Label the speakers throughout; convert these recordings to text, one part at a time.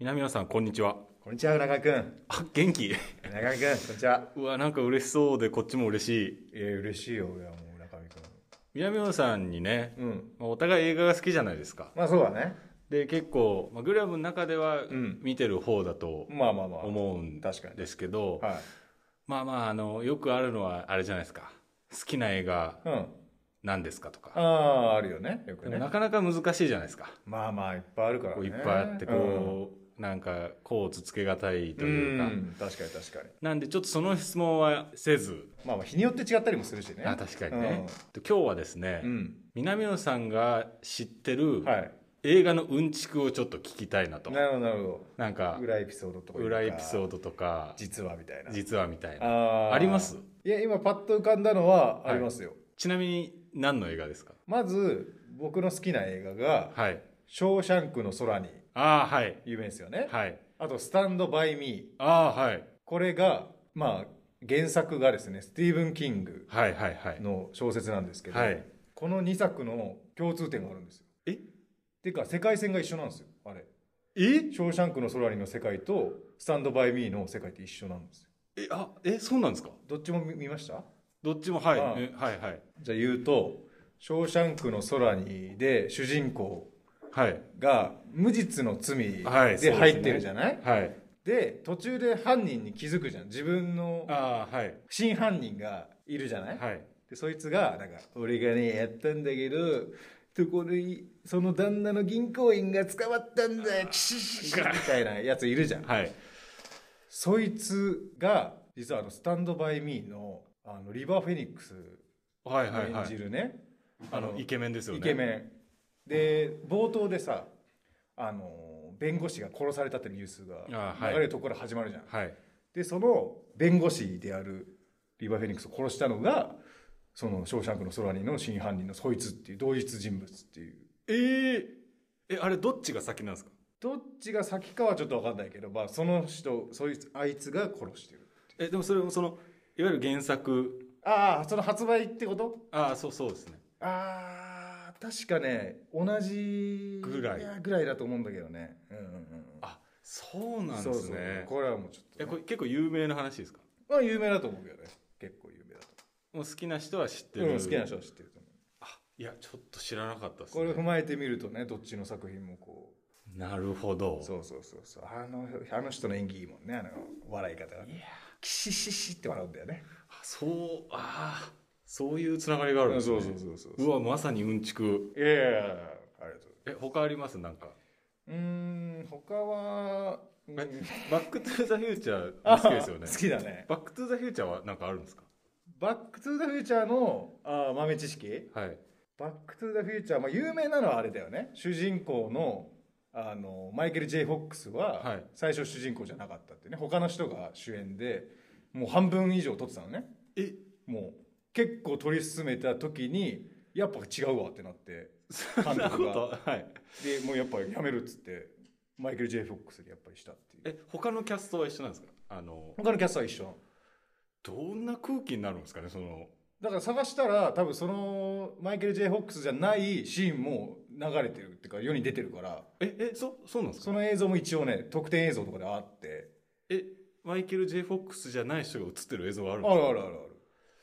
Speaker 1: 南野さんこんにちは
Speaker 2: こんにちは、浦川くん。
Speaker 1: あ元気
Speaker 2: 浦川くん、こんにちは。
Speaker 1: うわなんか嬉しそうでこっちも嬉しい
Speaker 2: えー、嬉しいよ、俺はもう浦上く
Speaker 1: 南野さんにね、
Speaker 2: ん。うん。
Speaker 1: まあ、お互い映画が好きじゃないですか
Speaker 2: まあそうだね。
Speaker 1: で結構、まあ、グラブの中では
Speaker 2: ん
Speaker 1: 見てる方だと
Speaker 2: まあまあまあ。
Speaker 1: 思うん
Speaker 2: 確かに
Speaker 1: ですけど、
Speaker 2: は
Speaker 1: まあまああのよくあるのはあれじゃないですか好きな映画
Speaker 2: い。うん。
Speaker 1: なんですかと
Speaker 2: あ
Speaker 1: か、
Speaker 2: あ、あるよね。よく
Speaker 1: でも
Speaker 2: ね
Speaker 1: な。かなか難しいじゃないですか
Speaker 2: まあまあ、いっぱいあるから
Speaker 1: こう
Speaker 2: ね。
Speaker 1: いっぱいあってこう、なんかこうつつけがたいと
Speaker 2: うん。う
Speaker 1: いうか、
Speaker 2: ん、確かに確かに。
Speaker 1: なんでちょっとその質問はせず、
Speaker 2: まあまあ、日によって違ったりもするしね。
Speaker 1: あ確かにね、で今日はですね、
Speaker 2: うん。
Speaker 1: 南野さんが知って
Speaker 2: う
Speaker 1: る
Speaker 2: ん。はい。
Speaker 1: 映画のうんちくをちょっと聞きたいなと、
Speaker 2: なるほど、なるほ
Speaker 1: なん
Speaker 2: ど。
Speaker 1: か
Speaker 2: 裏エピソードとか。
Speaker 1: 裏エピソ
Speaker 2: ド。
Speaker 1: ードとか
Speaker 2: 実はみたいな。
Speaker 1: 実はみたいな
Speaker 2: あ
Speaker 1: あ
Speaker 2: ー
Speaker 1: ります
Speaker 2: いや、今パッと浮かんだのはありますよ。
Speaker 1: ちなみに何の映画ですか
Speaker 2: まず、僕の好きな映画が、
Speaker 1: はい
Speaker 2: ショーシャンクの空に、
Speaker 1: ああはい
Speaker 2: 有名ですよね。
Speaker 1: はい
Speaker 2: あと、スタンドバイミー。
Speaker 1: ああー、はい、
Speaker 2: これが、まあ、原作がですね、スティーブン・キング
Speaker 1: はいはいはい
Speaker 2: の小説なんですけど、
Speaker 1: はい
Speaker 2: この2作の共通点があるんですよ。
Speaker 1: え
Speaker 2: っていうか、世界線が一緒なんですよ、あれ。
Speaker 1: え
Speaker 2: ショーシャンクの空にの世界と、スタンド・バイ・ミーの世界って一緒なんですよ。
Speaker 1: えあえそうなんですか
Speaker 2: どっちも見見ました
Speaker 1: どっちもはい、
Speaker 2: ああ
Speaker 1: えはいはい
Speaker 2: じゃあ言うと、ショーシャンクの空にで主人公
Speaker 1: はい
Speaker 2: が無実の罪
Speaker 1: はいそうです
Speaker 2: で
Speaker 1: ね
Speaker 2: 入ってるじゃない、
Speaker 1: はい
Speaker 2: で、途中で犯人に気づくじゃん。自分の
Speaker 1: ああはい
Speaker 2: 真犯人がいるじゃない、
Speaker 1: はい
Speaker 2: でそいつがなんか俺がねやったんだけどところにその旦那の銀行員が捕まったんだよキシシシみたいなやついるじゃん
Speaker 1: はい
Speaker 2: そいつが実はあの「スタンド・バイ・ミーの」あのリバー・フェニックス
Speaker 1: はいはい
Speaker 2: 演
Speaker 1: は
Speaker 2: じ
Speaker 1: い
Speaker 2: るね、
Speaker 1: あのイケメンですよね
Speaker 2: イケメンで冒頭でさあの弁護士が殺されたってニュースが
Speaker 1: あはい
Speaker 2: 流れるところから始まるじゃん、
Speaker 1: はい
Speaker 2: でその弁護士であるリバー・フェニックスを殺したのがその「ショーシャンクの空に」の真犯人のそいつっていう同一人物っていう
Speaker 1: えー、えあれどっちが先なんですか
Speaker 2: どっちが先かはちょっと分かんないけど、まあ、その人そいつあいつが殺してる
Speaker 1: えでもそれもそのいわゆる原作
Speaker 2: ああその発売ってこと
Speaker 1: ああそうそうですね
Speaker 2: ああ確かね同じ
Speaker 1: ぐらい
Speaker 2: やぐらいだと思うんだけどねうんうんうん
Speaker 1: あそうなん
Speaker 2: そ
Speaker 1: で
Speaker 2: う
Speaker 1: す
Speaker 2: そう
Speaker 1: ね
Speaker 2: これはもうちょっとね、
Speaker 1: えこれ結構有名な話ですか
Speaker 2: まあ有名だと思うけどね結構有名だと
Speaker 1: もう好きな人は知って
Speaker 2: 思う、
Speaker 1: る、
Speaker 2: うん、好きな人は知ってると思う
Speaker 1: あいやちょっと知らなかったです
Speaker 2: これ
Speaker 1: ね
Speaker 2: を踏まえてみるとねどっちの作品もこう
Speaker 1: なるほど
Speaker 2: そうそうそうそうあのあの人の演技いいもんねあの笑い方が
Speaker 1: いや
Speaker 2: キシシシって笑うんだよね
Speaker 1: あそうあーそういうつながりがあるんですね
Speaker 2: そうそう
Speaker 1: うわまさにうんちく
Speaker 2: いやいやいやありがとう
Speaker 1: え他ありますなんか
Speaker 2: うーん他はうん
Speaker 1: えバック・トゥ・ザ・フューチャー好きですよね
Speaker 2: 好きだね
Speaker 1: バック・トゥ・ザ・フューチャーは何かあるんですか
Speaker 2: バック・トゥ・ザ・フューチャーのあー豆知識
Speaker 1: はい
Speaker 2: バック・トゥ・ザ・フューチャー、まあ、有名なのはあれだよね主人公のあのマイケル・ J ・フォックス
Speaker 1: は
Speaker 2: はい最初主人公じゃなかったってね他の人が主演でもう半分以上撮ってたのね
Speaker 1: え
Speaker 2: もう結構取り進めた時にやっぱ違うわってなって
Speaker 1: そんなことはい
Speaker 2: でもうやっぱやめるっつってマイケル・ J ・フォックスにやっぱりしたっていう
Speaker 1: え他のキャストは一緒なんですかあの
Speaker 2: 他のキャストは一緒
Speaker 1: どんな空気になるんですかねその
Speaker 2: だから探したら多分そのマイケル・ J ・フォックスじゃないシーンも流れてるっていうか世に出てるから
Speaker 1: ええそそうなんです
Speaker 2: そ
Speaker 1: か
Speaker 2: の映像も一応ね特典映像とかであって
Speaker 1: えマイケル・ J ・フォックスじゃない人が映ってる映像があ
Speaker 2: あ
Speaker 1: るん
Speaker 2: る
Speaker 1: です
Speaker 2: あ
Speaker 1: か
Speaker 2: るあるある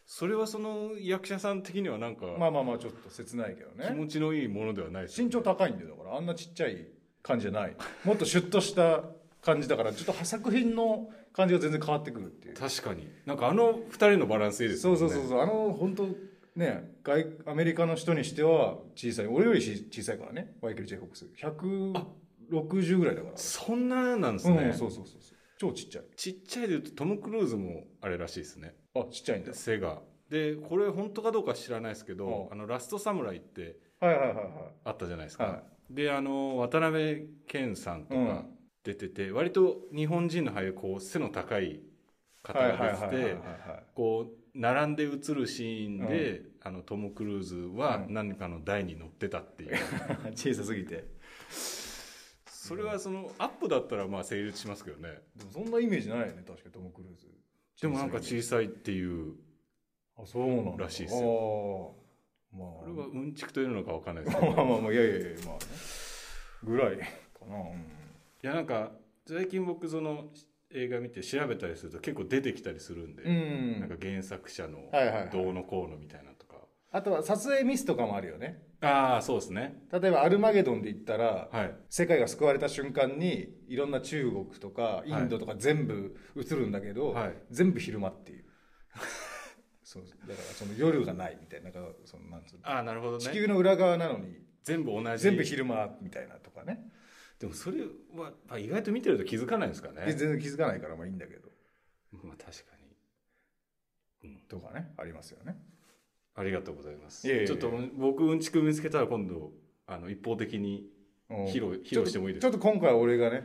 Speaker 1: それはその役者さん的にはなんか、
Speaker 2: まあまあまあちょっと切ないけど
Speaker 1: 気
Speaker 2: ね
Speaker 1: 持ちのいいものではないですよ
Speaker 2: 身長高いんでだからあんなちっちゃい感じじゃないもっとシュッとした感じだからちょっと作品の感じが全然変わってくるっていう
Speaker 1: 確かになんかあの二人のバランスいいです
Speaker 2: そ
Speaker 1: よね
Speaker 2: うそうそうそうあの本当ね外アメリカの人にしては小さい俺よりし小さいからねマイケル・ジェイ・フォックス160ぐらいだから
Speaker 1: そんななんです
Speaker 2: う
Speaker 1: ね、
Speaker 2: んそうそうそうそう超ちっちゃい
Speaker 1: ちっちゃいで言うとトム・クルーズもあれらしいですね
Speaker 2: あちっちゃいんだ
Speaker 1: 背がでこれ本当かどうか知らないですけど「
Speaker 2: う
Speaker 1: あのラストサムライ」って
Speaker 2: はいはいはい
Speaker 1: あったじゃないですか、
Speaker 2: はいは
Speaker 1: であの渡辺謙さんと
Speaker 2: う
Speaker 1: か
Speaker 2: ん
Speaker 1: 出てて、割と日本人の俳優こう背の高い方
Speaker 2: いはいはい
Speaker 1: が
Speaker 2: はい
Speaker 1: 出て
Speaker 2: はいはい
Speaker 1: てこう並んで映るシーンで、あのトム・クルーズは
Speaker 2: うん
Speaker 1: 何かの台に乗ってたって いう、
Speaker 2: はい小さすぎて
Speaker 1: それはそのアップだったらまあ成立しますけどね
Speaker 2: でもそんなイメージないよね確かにトム・クルーズ
Speaker 1: でもなんか
Speaker 2: い
Speaker 1: 小さいっていう
Speaker 2: あそうなんだ
Speaker 1: らしいです
Speaker 2: よあーまあ
Speaker 1: これはうんちくというのかわかんないですけど
Speaker 2: まあまあまあいやいやいやまあねぐらいかなうん
Speaker 1: いやなんか最近僕その映画見て調べたりすると結構出てきたりするんで、
Speaker 2: うん
Speaker 1: なんか原作者の
Speaker 2: はいはいはい
Speaker 1: どうのこうのみたいなとか、
Speaker 2: あとは撮影ミスとかもあるよね
Speaker 1: ああそうですね
Speaker 2: 例えば「アルマゲドン」で言ったら、
Speaker 1: はい
Speaker 2: 世界が救われた瞬間にいろんな中国とかインドとか全部映るんだけど、
Speaker 1: はい
Speaker 2: 全部昼間っていう そうだからその夜がないみたいななんかそのなんつうの
Speaker 1: ああなるほど
Speaker 2: 地
Speaker 1: ね
Speaker 2: 球の裏側なのに
Speaker 1: 全部同じ
Speaker 2: 全部昼間みたいなとかね
Speaker 1: でもそれは、まあ、意外と見てると気づかないんですか
Speaker 2: で
Speaker 1: ね
Speaker 2: 全然気づかないからまあいいんだけど
Speaker 1: まあ確かに
Speaker 2: とかねありますよね
Speaker 1: ありがとうございます
Speaker 2: いえいえいえ
Speaker 1: ちょっと僕うんちく見つけたら今度あの一方的に
Speaker 2: うん
Speaker 1: 披露披露してもいいです
Speaker 2: ちょっとちょっと今回は俺がね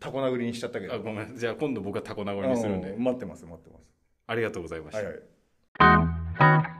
Speaker 2: タコ殴りにしちゃったけど
Speaker 1: あごめんじゃあ今度僕はタコ名残にするんで
Speaker 2: うん待ってます待ってます
Speaker 1: ありがとうございました、
Speaker 2: はいはい